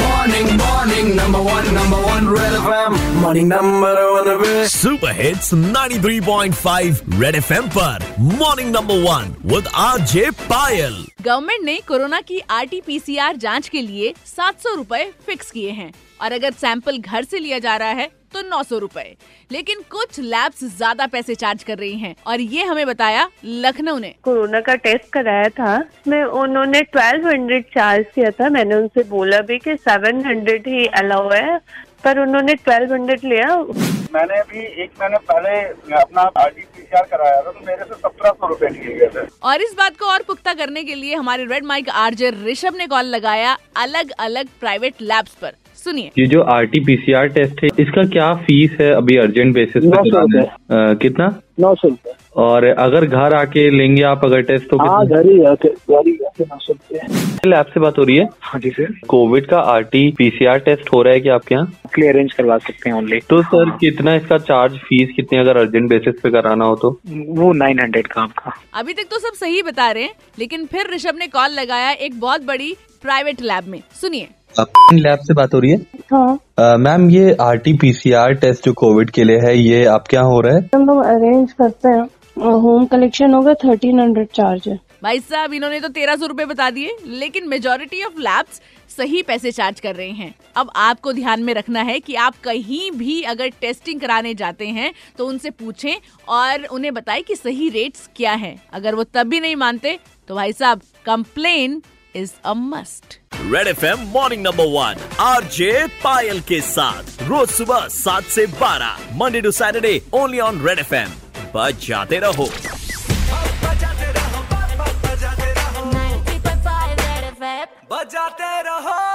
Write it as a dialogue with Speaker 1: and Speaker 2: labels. Speaker 1: Morning morning number one number one red FM morning number one पे
Speaker 2: super hits 93.5 red FM पर morning number one with RJ Payal
Speaker 3: government ने corona की RTPCR जांच के लिए सात सौ फिक्स किए हैं और अगर सैंपल घर से लिया जा रहा है तो नौ सौ लेकिन कुछ लैब्स ज्यादा पैसे चार्ज कर रही हैं और ये हमें बताया लखनऊ ने
Speaker 4: कोरोना का टेस्ट कराया था मैं उन्होंने 1200 चार्ज किया था मैंने उनसे बोला भी कि 700 ही अलाउ है पर उन्होंने 1200 लिया
Speaker 5: मैंने अभी एक महीने पहले अपना R T P C R कराया था तो मेरे से सत्रह सौ रूपये लिए गए थे
Speaker 3: और इस बात को और पुख्ता करने के लिए हमारे रेड माइक आरजे ऋषभ ने कॉल लगाया अलग अलग प्राइवेट लैब्स पर सुनिए
Speaker 6: ये जो R T P C R test है इसका क्या फीस है अभी अर्जेंट बेसिस पे
Speaker 5: नौ सौ
Speaker 6: चलाना है? अ, कितना
Speaker 5: नौ सौ रूपये
Speaker 6: और अगर घर आके लेंगे आप अगर टेस्ट तो
Speaker 5: हाँ
Speaker 6: कितना
Speaker 5: घर ही है घर ही है नौ सौ रूपये
Speaker 6: लैब से बात हो रही है
Speaker 5: हाँ जी सर
Speaker 6: कोविड का R T P C R test हो रहा है कि आपके यहाँ
Speaker 5: क्लियर अरेंज करवा सकते हैं ओनली
Speaker 6: तो सर कितना इसका चार्ज फीस कितनी अगर अर्जेंट बेसिस पे कराना हो तो
Speaker 5: वो नाइन हंड्रेड का आपका
Speaker 3: अभी तक तो सब सही बता रहे हैं लेकिन फिर ऋषभ ने कॉल लगाया एक बहुत बड़ी प्राइवेट लैब में सुनिए
Speaker 6: लैब से बात हो रही है
Speaker 4: हाँ
Speaker 6: मैम ये R T P C R test जो कोविड के लिए है ये आपके यहाँ हो रहा है
Speaker 4: हम लोग अरेंज करते हैं होम कलेक्शन होगा थर्टीन हंड्रेड चार्ज है
Speaker 3: भाई साहब इन्होंने तो तेरह सौ रूपए बता दिए लेकिन मेजोरिटी ऑफ लैब्स सही पैसे चार्ज कर रहे हैं अब आपको ध्यान में रखना है कि आप कहीं भी अगर टेस्टिंग कराने जाते हैं तो उनसे पूछें और उन्हें बताएं कि सही रेट्स क्या हैं अगर वो तब भी नहीं मानते तो भाई साहब complain is a must
Speaker 2: red FM morning number one RJ Payal के साथ रोज सुबह सात से बारह Monday to Saturday only on red FM बजाते रहो
Speaker 7: Ninety point five Red FM.
Speaker 2: बजाते रहो